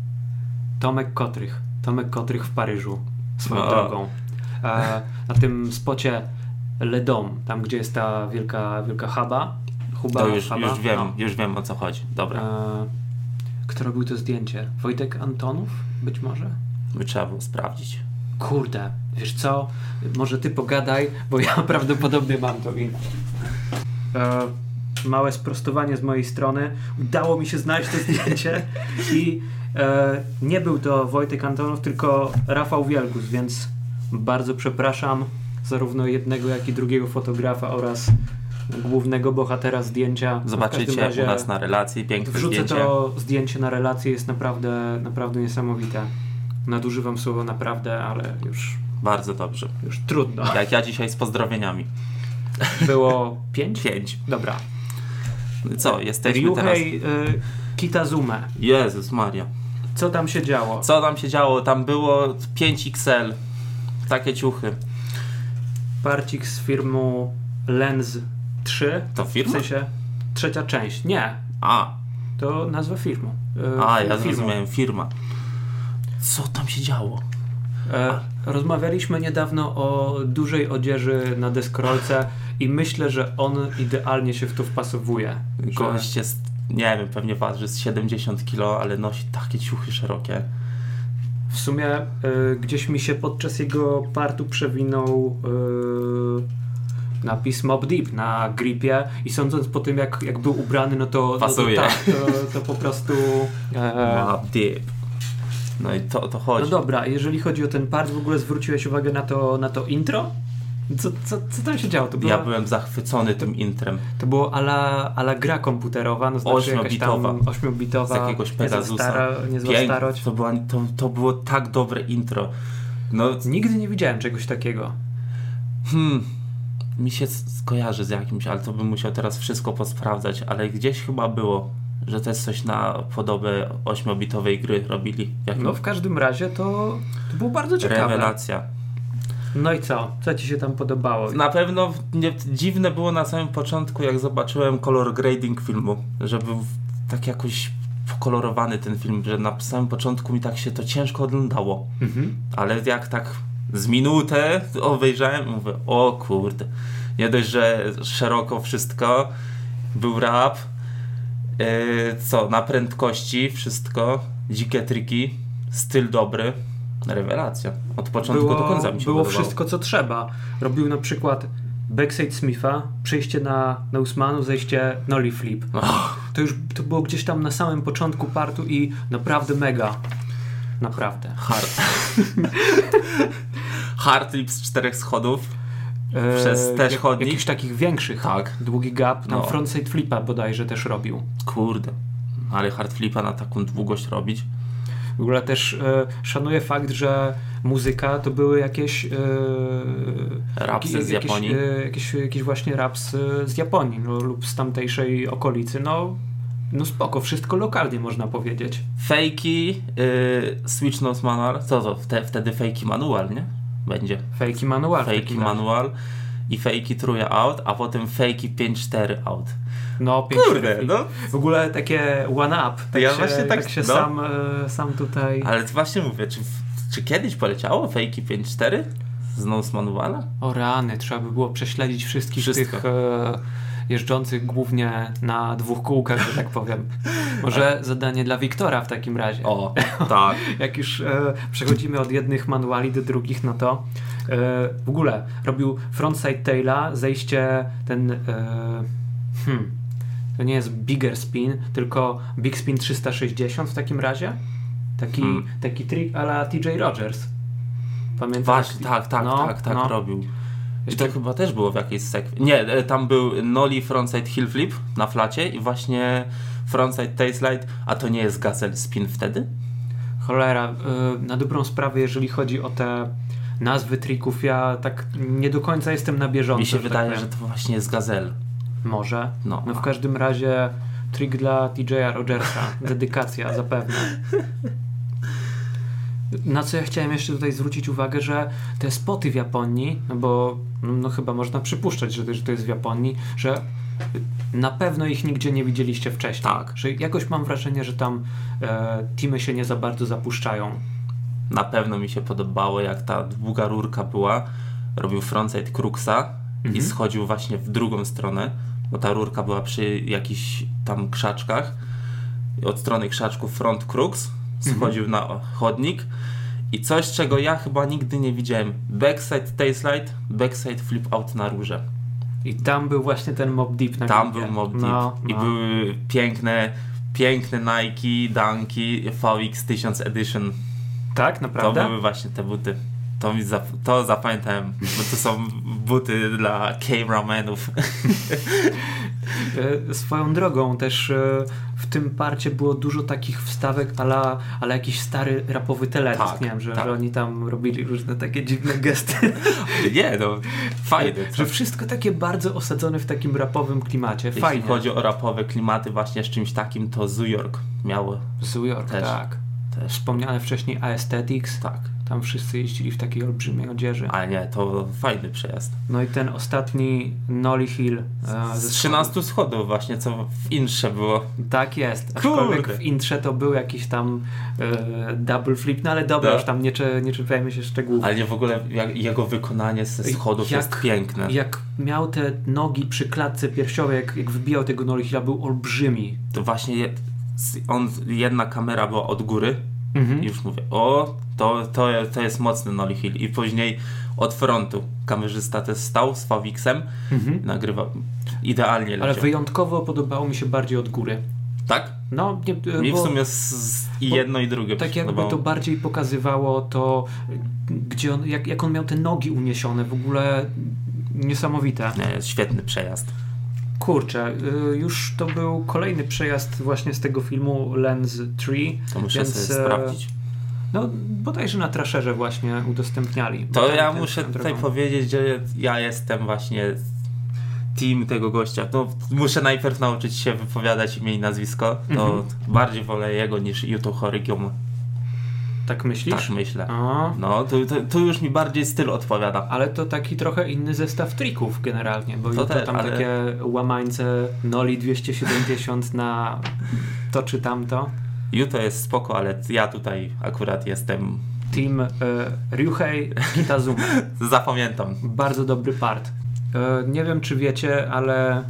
Tomek Kotrych. Tomek Kotrych w Paryżu, swoją A. drogą. E, na tym spocie Le Dom, tam gdzie jest ta wielka, wielka huba. Huba, To już, huba, już wiem, no. już wiem o co chodzi. Dobra. E, Kto robił to zdjęcie? Wojtek Antonów? Być może? By Trzeba było sprawdzić. Kurde, wiesz co? Może ty pogadaj, bo ja prawdopodobnie mam to wino. E, małe sprostowanie z mojej strony. Udało mi się znaleźć to zdjęcie i e, nie był to Wojtek Antonów, tylko Rafał Wielgus, więc bardzo przepraszam zarówno jednego, jak i drugiego fotografa oraz głównego bohatera zdjęcia. W każdym Zobaczycie razie u nas na relacji, piękne Wrzucę zdjęcie. to zdjęcie na relację, jest naprawdę, naprawdę niesamowite. Nadużywam słowa naprawdę, ale już, Bardzo dobrze. już trudno. Jak ja dzisiaj z pozdrowieniami. Było pięć? Pięć. Dobra. Co, jesteśmy teraz... Ryuhei y, Kitazume. Jezus Maria. Co tam się działo? Co tam się działo? Tam było 5XL. Takie ciuchy. Parcik z firmą Lens 3. To W firma? sensie trzecia część. Nie, A, to nazwa firmą. Y, a ja firmą. zrozumiałem, firma. Co tam się działo? E, Rozmawialiśmy niedawno o dużej odzieży na deskorolce i myślę, że on idealnie się w to wpasowuje. Że- Gość jest, nie wiem, pewnie waży z 70 kg, ale nosi takie ciuchy szerokie. W sumie e, gdzieś mi się podczas jego partu przewinął e, napis Mob Deep na gripie i sądząc po tym, jak, jak był ubrany, no to, no to, Pasuje. tak, to, to po prostu... E, Ma dip. No i to, o to no chodzi. dobra, jeżeli chodzi o ten part, w ogóle zwróciłeś uwagę na to, na to intro? Co, co, co tam się działo? To, była, ja byłem zachwycony tym intrem. to było ala, ala gra komputerowa, no znaczy jakaś tam Ośmiobitowa. ośmiobitowa, Z jakiegoś niezła, Pegasusa. stara, niezła Piękne. starość. To, była, to, to było tak dobre intro. No, Nigdy nie widziałem czegoś takiego. hmm, mi się s- skojarzy z jakimś, ale to bym musiał teraz wszystko posprawdzać, ale gdzieś chyba było, że to jest coś na podobę ośmiobitowej gry robili. Jak No w każdym razie to, to było bardzo ciekawe. rewelacja. No i co? Co ci się tam podobało? Na pewno w- nie, dziwne było na samym początku, jak zobaczyłem kolor grading filmu, że był w- tak jakoś pokolorowany ten film, że na samym początku mi tak się to ciężko oglądało. Mhm. Ale jak tak z minutę obejrzałem, mówię, o kurde, nie dość, że szeroko wszystko, był rap, yy, co, na prędkości wszystko, dzikie triki, styl dobry, rewelacja. Od początku Było, do końca mi się było podobało. wszystko, co trzeba. Robił na przykład backside Smitha, przejście na, na Usmanu, zejście nollie flip. No. To już to było gdzieś tam na samym początku partu i naprawdę mega. Naprawdę. Hard. Hard lip z czterech schodów. Przez też chodnik? Jakichś takich większych. Tak. Długi gap. Tam No. frontside flipa bodajże też robił. Kurde. Ale hard flipa na taką długość robić. W ogóle też e, szanuję fakt, że muzyka to były jakieś. E, Rapsy jak- z jakieś, Japonii. E, jakieś, jakieś właśnie raps e, z Japonii no, lub z tamtejszej okolicy. No, no spoko, wszystko lokalnie można powiedzieć. Fejki, yy, Switch Notes Manual. Co to? Wte, wtedy fejki manual, nie? Będzie. Fejki manual. Fejki manual i fejki truja out, a potem fejki 5-4 out. No, pięć Kurde, refli- no. W ogóle takie one up. Tak Ja się, właśnie tak, tak- się no. sam, e, sam tutaj. Ale właśnie mówię, czy, w- czy kiedyś poleciało fejki 5-4 z Notes Manuala? O rany, trzeba by było prześledzić wszystkich Wszystko. tych e, jeżdżących głównie na dwóch kółkach, że tak powiem. Może zadanie dla Wiktora w takim razie. O, tak. Jak już e, przechodzimy od jednych manuali do drugich, no to e, w ogóle robił frontside taila, zejście ten... E, hmm, to nie jest bigger spin, tylko big spin 360 w takim razie. Taki, Hmm. taki trick a la TJ Rogers. Pamiętasz? Właśnie, tak, tak, No, tak, tak no. robił. I tak- Jeszcze- to chyba też było w jakiejś sekwencji. Nie, e, tam był Noli frontside heel flip na flacie i właśnie frontside tail slide, a to nie jest gazel spin wtedy? Cholera, y, na dobrą sprawę, jeżeli chodzi o te nazwy trików, ja tak nie do końca jestem na bieżąco. Mi się tak wydaje, powiem. że to właśnie jest gazel. Może. No. No w każdym razie trik dla TJ'a Rogersa. Dedykacja zapewne. Na co ja chciałem jeszcze tutaj zwrócić uwagę, że te spoty w Japonii, no bo no chyba można przypuszczać, że, że to jest w Japonii, że na pewno ich nigdzie nie widzieliście wcześniej. Tak. Że jakoś mam wrażenie, że tam e, teamy się nie za bardzo zapuszczają. Na pewno mi się podobało, jak ta długa rurka była. Robił frontside kruksa i Mhm. schodził właśnie w drugą stronę, bo ta rurka była przy jakichś tam krzaczkach. od strony krzaczków Front Crux, Mhm. schodził na chodnik i coś, czego ja chyba nigdy nie widziałem. Backside tailslide, backside flip out na rurze. I tam był właśnie ten Mob Deep na Tam klipie. był Mob Deep Tak, No, i no. były piękne, piękne Nike, Dunki, VX 1000 Edition. Tak, naprawdę? To były właśnie te buty. To, mi zap- to zapamiętałem, bo to są buty dla cameramenów. E, Swoją drogą też e, w tym parcie było dużo takich wstawek ala, ala jakiś stary rapowy teledysk, Tak, nie wiem, że, tak. że oni tam robili różne takie dziwne gesty, Nie no, fajne. co? że wszystko takie bardzo osadzone w takim rapowym klimacie, Jeśli fajnie. chodzi o rapowe klimaty właśnie z czymś takim, to Zoo York miało Z New York, Też. tak. też. Wspomniane wcześniej Aesthetics, Tak. tam wszyscy jeździli w takiej olbrzymiej odzieży. A nie, to fajny przejazd. No i ten ostatni Nolly Hill. e, ze Z 13 schodów właśnie, co w insze było. Tak jest. Aczkolwiek Kurde. w intrze to był jakiś tam e, double flip, no ale dobra, Da. już tam nie, cze- nie czepiajmy się szczegółów. Ale nie w ogóle jak, jego wykonanie ze schodów Jak- jest piękne. Jak miał te nogi przy klatce piersiowej, jak, jak wbijał tego Nolly Hilla, był olbrzymi. To właśnie je, z- on, jedna kamera była od góry Mhm. i już mówię, o, to, to, to jest mocny Nolly Hill. I później od frontu kamerzysta też stał z Fawiksem, Mhm. nagrywał. Idealnie Ale leciał. wyjątkowo podobało mi się bardziej od góry. Tak? No, nie, Mi w bo- sumie z, z, i bo- jedno i drugie Tak jakby przypadało. to bardziej pokazywało to, gdzie on, jak, jak on miał te nogi uniesione, w ogóle niesamowite. Nie, jest świetny przejazd. Kurczę, y, już to był kolejny przejazd właśnie z tego filmu Lens 3. To muszę Więc, sobie e, sprawdzić. No bodajże na traszerze właśnie udostępniali. To Ten- ja ten- muszę ten tutaj drogą. powiedzieć, że ja jestem właśnie team tego gościa. No, muszę najpierw nauczyć się wypowiadać imię i nazwisko. No, Mhm. Bardziej wolę jego niż Yuto Horygium. Tak myślisz? Tak myślę. A, No, tu, tu, tu już mi bardziej styl odpowiada. ale to taki trochę inny zestaw trików generalnie, bo To to, też, tam ale- takie łamańce Noli 270 na to czy tamto. Yuto jest spoko, ale ja tutaj akurat jestem... Team y, Ryuhei Kitazuma. Zapamiętam. Bardzo dobry part. E, Nie wiem, czy wiecie, ale e,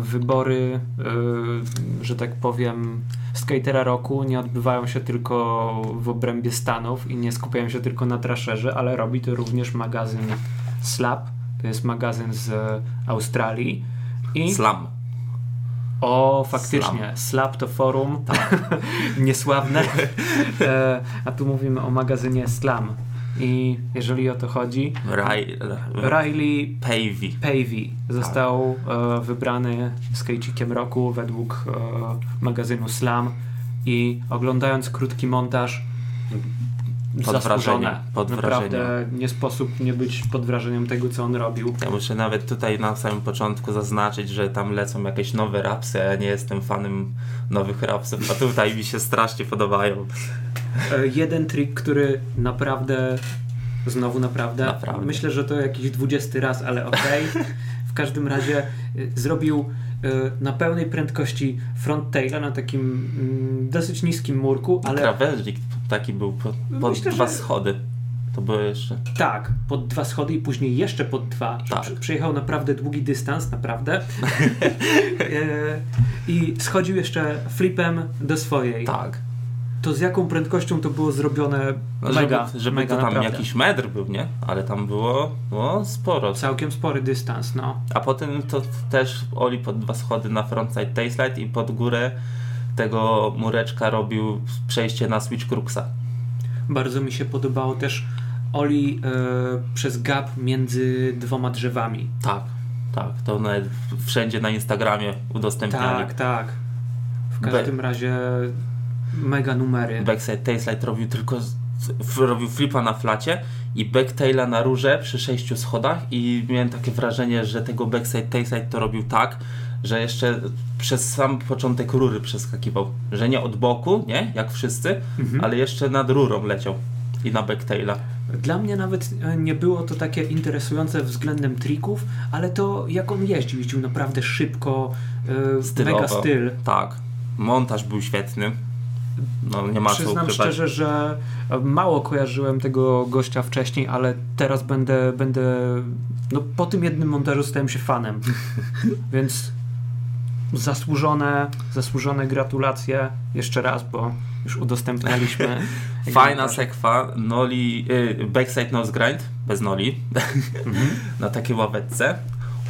wybory, e, że tak powiem, skatera roku nie odbywają się tylko w obrębie Stanów i nie skupiają się tylko na trasherze, ale robi to również magazyn Slap. To jest magazyn z Australii. I Slam. o, faktycznie, Slap, to forum niesławne. E, A tu mówimy o magazynie Slam. I jeżeli o to chodzi, Rai... Riley Pavey. Pavey został Tak. e, wybrany skejcikiem roku według e, magazynu Slam i oglądając krótki montaż Pod wrażeniem, zasłużone. pod Naprawdę wrażeniem. nie sposób nie być pod wrażeniem tego, co on robił. Ja muszę nawet tutaj na samym początku zaznaczyć, że tam lecą jakieś nowe rapsy, a ja nie jestem fanem nowych rapsów, a tutaj mi się strasznie podobają. E, jeden trik, który naprawdę, znowu naprawdę, Naprawdę. myślę, że to jakiś dwudziesty raz, ale okej. W każdym razie y, zrobił y, na pełnej prędkości front taila na takim mm, dosyć niskim murku, ale Krawężnik taki był pod, pod Myślę, dwa że- schody. To było jeszcze. Tak, pod dwa schody i później jeszcze pod dwa. Że Tak. przy- Przejechał naprawdę długi dystans, naprawdę. E, I schodził jeszcze flipem do swojej. Tak. To z jaką prędkością to było zrobione? No, mega, żeby żeby mega to tam naprawdę. jakiś metr był, nie? Ale tam było no, sporo. Całkiem spory dystans, no. A potem to też Oli pod dwa schody na frontside tailslide i pod górę tego mureczka robił przejście na switch Cruxa. Bardzo mi się podobało też Oli e, przez gap między dwoma drzewami. Tak, tak. To nawet wszędzie na Instagramie udostępniali. Tak, tak. W Be- każdym razie mega numery. Backside tailslide robił tylko z- f- robił flipa na flacie i backtaila na rurze przy sześciu schodach i miałem takie wrażenie, że tego backside tailslide to robił tak, że jeszcze przez sam początek rury przeskakiwał, że nie od boku, nie, jak wszyscy, Mhm. ale jeszcze nad rurą leciał i na backtaila. Dla mnie nawet e, nie było to takie interesujące względem trików, ale to jak on jeździł, jeździł naprawdę szybko, e, Stylowo. mega styl. Tak. Montaż był świetny. No nie ma co Przyznam ukrywać. szczerze, że e, mało kojarzyłem tego gościa wcześniej, ale teraz będę, będę no po tym jednym montażu stałem się fanem. Więc zasłużone, zasłużone gratulacje jeszcze raz, bo już udostępnialiśmy. Fajna sekwa, Noli, y, backside nose grind, bez Noli, na takiej ławeczce.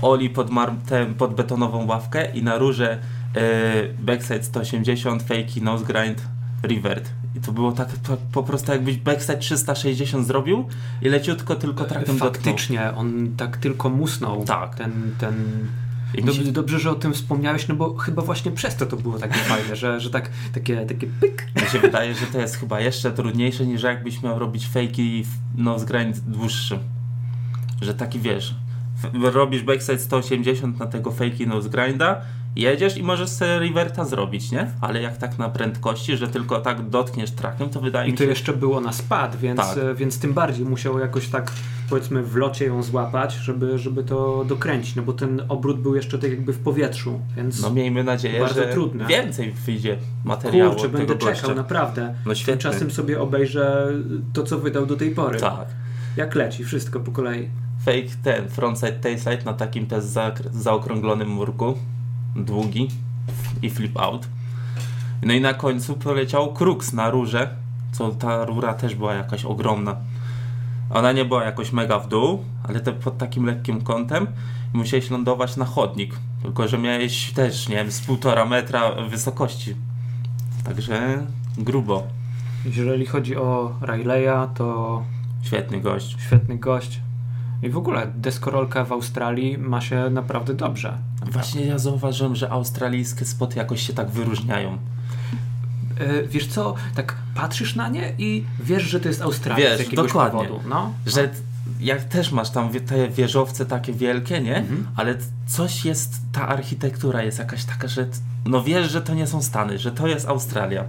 Oli pod, martem, pod betonową ławkę i na rurze y, backside 180, fakey nose grind, revert. I to było tak po, po prostu jakbyś backside 360 zrobił i leciutko tylko traktem dotknął. Faktycznie, on tak tylko musnął. Tak. Ten, ten... I mi Dob- się- Dobrze, że o tym wspomniałeś, no bo chyba właśnie przez to to było takie fajne, że, że tak, takie, takie pyk. Mi się wydaje, że to jest chyba jeszcze trudniejsze niż jakbyś miał robić fejki no z granic dłuższy. Że taki wiesz, f- robisz backside 180 na tego fejki no z grinda, jedziesz i możesz sobie reverta zrobić, nie? Ale jak tak na prędkości, że tylko tak dotkniesz trakiem, to wydaje No I mi to się... jeszcze było na spad, więc, Tak. e, więc tym bardziej musiał jakoś tak powiedzmy w locie ją złapać, żeby, żeby to dokręcić, no bo ten obrót był jeszcze tak jakby w powietrzu, więc No miejmy nadzieję, Bardzo że trudne. więcej wyjdzie materiału kurczę, od tego będę czekał gościa. naprawdę. No świetny. Tymczasem sobie obejrzę to, co wydał do tej pory. Tak. Jak leci, wszystko po kolei. Fake ten, frontside, tailside na takim też zakr- zaokrąglonym murku, długi i flip out. No i na końcu poleciał kruks na rurze, co ta rura też była jakaś ogromna. Ona nie była jakoś mega w dół, ale to pod takim lekkim kątem i musiałeś lądować na chodnik. Tylko, że miałeś też, nie wiem, z półtora metra wysokości. Także grubo. Jeżeli chodzi o Rileya, to Świetny gość. świetny gość. I w ogóle deskorolka w Australii ma się naprawdę dobrze. Właśnie ja zauważyłem, że australijskie spoty jakoś się tak wyróżniają. E, Wiesz co, tak patrzysz na nie i wiesz, że to jest Australia Wiesz, z jakiegoś dokładnie. powodu. No. że t- jak też masz tam wie- te wieżowce takie wielkie, nie? Ale t- coś jest, ta architektura jest jakaś taka, że t- no wiesz, że to nie są Stany, że to jest Australia.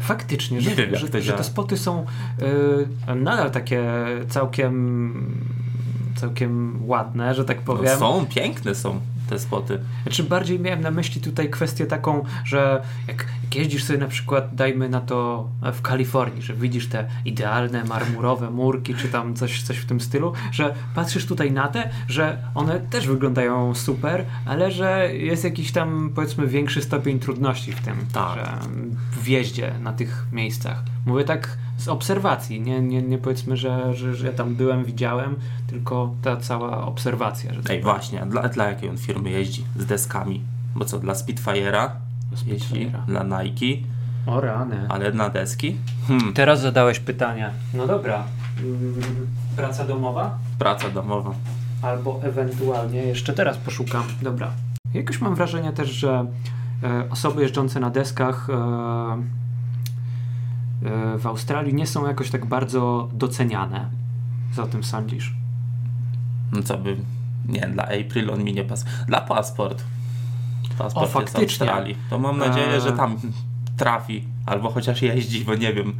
Faktycznie, Nie że, wiem, jak to że, że działa. te spoty są y, nadal takie całkiem całkiem ładne, że tak No, powiem. są, piękne są te spoty. Znaczy bardziej miałem na myśli tutaj kwestię taką, że jak, jak jeździsz sobie na przykład, dajmy na to e, w Kalifornii, że widzisz te idealne marmurowe murki, czy tam coś, coś w tym stylu, że patrzysz tutaj na te, że one też wyglądają super, ale że jest jakiś tam powiedzmy większy stopień trudności w tym, Tak. że w jeździe na tych miejscach. Mówię tak z obserwacji, nie, nie, nie powiedzmy, że, że, że ja tam byłem, widziałem, tylko ta cała obserwacja. Że tak Ej, właśnie, a dla, dla jakiej on firmy jeździ? Z deskami. Bo co, dla Spitfire'a? Jeździ, Spitfire'a. dla Nike, O rany. ale na deski? Hmm, Teraz zadałeś pytania. No dobra. Praca domowa? praca domowa. Albo ewentualnie jeszcze teraz poszukam. Dobra. Jakoś mam wrażenie też, że e, osoby jeżdżące na deskach e, e, w Australii nie są jakoś tak bardzo doceniane. Co o tym sądzisz? No co by... Nie, dla April on mi nie pasuje. Dla Passport. O, Paszport jest faktycznie. Australii. To mam nadzieję, że Eee. tam trafi. Albo chociaż jeździ, bo nie wiem.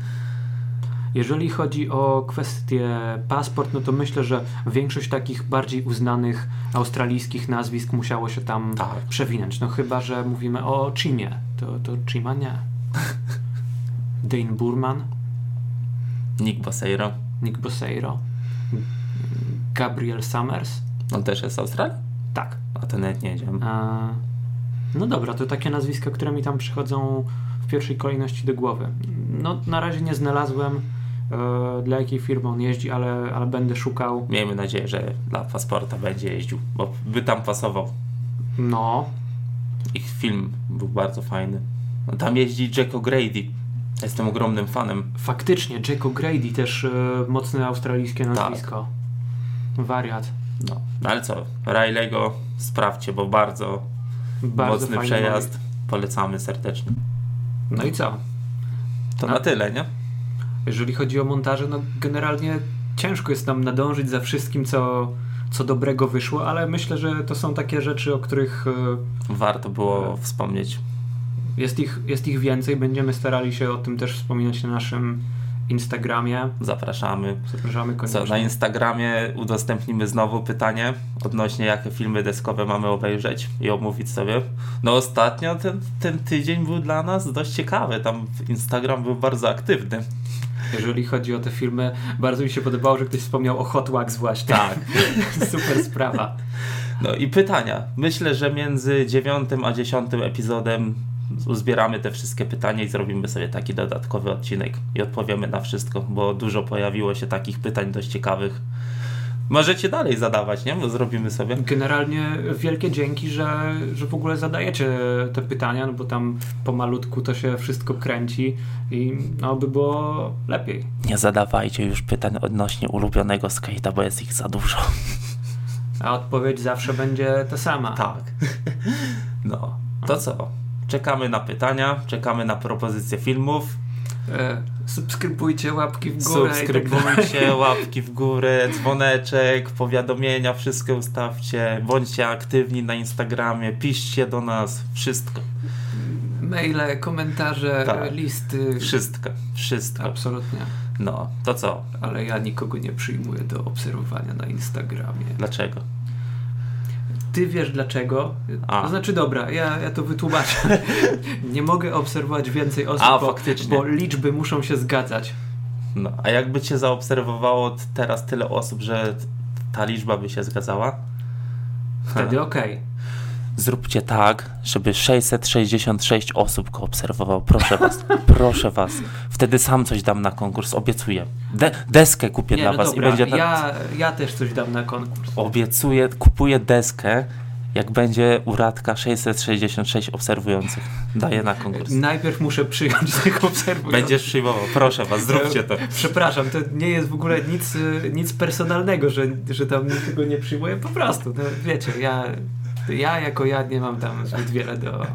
Jeżeli chodzi o kwestię paszport, no to myślę, że większość takich bardziej uznanych australijskich nazwisk musiało się tam Tak. przewinąć. No chyba, że mówimy o Chimie. To, to Chima nie. Dane Burman, Nick Boseiro. Nick Boseiro, Gabriel Summers. On też jest z Australii? Tak. A to nawet nie wiem. E, No dobra, to takie nazwiska, które mi tam przychodzą w pierwszej kolejności do głowy. No na razie nie znalazłem e, dla jakiej firmy on jeździ, ale, ale będę szukał. Miejmy nadzieję, że dla paszporta będzie jeździł, bo by tam pasował. No, Ich film był bardzo fajny. No, Tam jeździ Jack O'Grady. Jestem ogromnym fanem. Faktycznie, Jack O'Grady też e, mocne australijskie Tak. nazwisko. Wariat. No, no ale co? Riley'ego sprawdźcie, bo bardzo, Bardzo mocny fajny przejazd. Polecamy serdecznie. moment. No i co? To No. na tyle, nie? Jeżeli chodzi o montaże, no generalnie ciężko jest nam nadążyć za wszystkim, co, co dobrego wyszło, ale myślę, że to są takie rzeczy, o których e, Warto było wspomnieć. jest ich, jest ich więcej. Będziemy starali się o tym też wspominać na naszym Instagramie. Zapraszamy. Zapraszamy Co, na koniecznie. Instagramie udostępnimy znowu pytanie odnośnie jakie filmy deskowe mamy obejrzeć i omówić sobie. No ostatnio ten, ten tydzień był dla nas dość ciekawy, tam Instagram był bardzo aktywny. Jeżeli chodzi o te filmy, bardzo mi się podobało, że ktoś wspomniał o Hot Wax właśnie. Tak. Super sprawa. No i pytania. Myślę, że między dziewiątym a dziesiątym epizodem uzbieramy te wszystkie pytania i zrobimy sobie taki dodatkowy odcinek i odpowiemy na wszystko, bo dużo pojawiło się takich pytań dość ciekawych. Możecie dalej zadawać, nie? Bo zrobimy sobie. Generalnie wielkie dzięki, że, że w ogóle zadajecie te pytania, no bo tam pomalutku to się wszystko kręci i no by było lepiej. Nie zadawajcie już pytań odnośnie ulubionego skate'a, bo jest ich za dużo. A odpowiedź zawsze będzie ta sama. Tak. No, to co? Czekamy na pytania, czekamy na propozycje filmów. E, subskrybujcie łapki w górę. tak Subskrybujcie, łapki w górę, dzwoneczek, powiadomienia, wszystko ustawcie. Bądźcie aktywni na Instagramie, piszcie do nas, wszystko. Maile, komentarze, Tak. listy. Wszystko, wszystko. Absolutnie. No, to co? Ale ja nikogo nie przyjmuję do obserwowania na Instagramie. Dlaczego? Ty wiesz dlaczego? A. To znaczy, dobra, ja, ja to wytłumaczę. nie mogę obserwować więcej osób, A, bo, faktycznie. bo liczby muszą się zgadzać. No, a jakby cię zaobserwowało t- teraz tyle osób, że t- ta liczba by się zgadzała? Wtedy okej. Zróbcie tak, żeby 666 osób go obserwowało. Proszę was, proszę was. Wtedy sam coś dam na konkurs, obiecuję. De- deskę kupię Nie, dla no was dobra, i będzie. tak. Na- ja, ja też coś dam na konkurs. obiecuję, kupuję deskę, jak będzie u Radka 666 obserwujących. Daję na konkurs. Najpierw muszę przyjąć tych obserwujących. Będziesz przyjmował, proszę was, zróbcie to. Przepraszam, to nie jest w ogóle nic, y, nic personalnego, że, że tam nikogo nie przyjmuję. Po prostu, no, wiecie, ja, ja jako ja nie mam tam zbyt wiele do,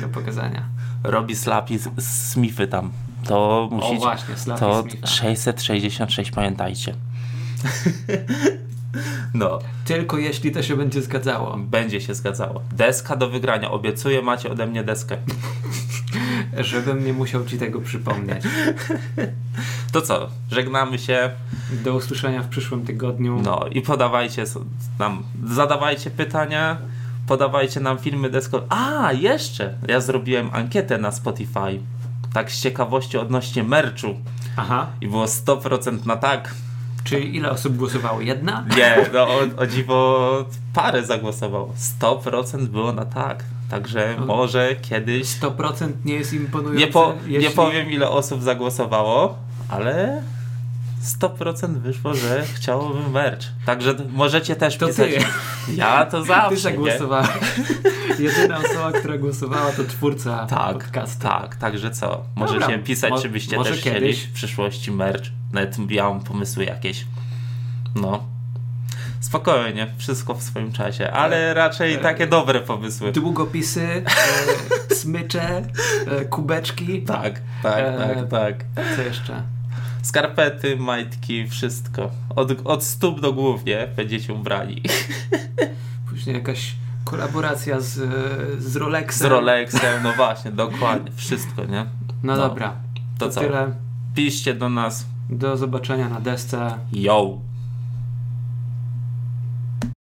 do pokazania. Robi slapi z- z Smithy tam. To O musicie. właśnie, Slappy To Smitha. 666 pamiętajcie. No, Tylko jeśli to się będzie zgadzało. będzie się zgadzało. Deska do wygrania. Obiecuję, macie ode mnie deskę. Żebym nie musiał ci tego przypomnieć. To co? Żegnamy się. Do usłyszenia w przyszłym tygodniu. No i podawajcie s- nam, zadawajcie pytania, podawajcie nam filmy desko. A, jeszcze! Ja zrobiłem ankietę na Spotify. Tak z ciekawości odnośnie merchu. Aha, I było 100% na tak. czyli ile osób głosowało? Jedna? Nie, no o, o dziwo parę zagłosowało. 100% było na tak. Także może kiedyś. 100% nie jest imponujące. Nie, po, nie jeśli- powiem ile osób zagłosowało, ale 100% wyszło, że chciałbym merch. Także d- możecie też To pisać. ty. Ja to zawsze. Ty nie? zagłosowałeś. Jedyna osoba, która głosowała to twórca Tak, podcastu. tak, także co? Możecie Dobra, pisać, mo- czy byście może też kiedyś. chcieli w przyszłości merch. Nawet ja mam pomysły jakieś. No. Spokojnie, wszystko w swoim czasie, E, ale raczej takie dobre pomysły. Długopisy, e, smycze, e, kubeczki. Tak, tak, Eee. tak, tak. Co jeszcze? Skarpety, majtki, wszystko. Od, od stóp do głów, nie? Będziecie ubrani. Później jakaś kolaboracja z, e, z Rolexem. Z Rolexem, no właśnie, dokładnie. Wszystko, nie? No. No, dobra. To co? tyle. Piszcie do nas. Do zobaczenia na desce. Yo!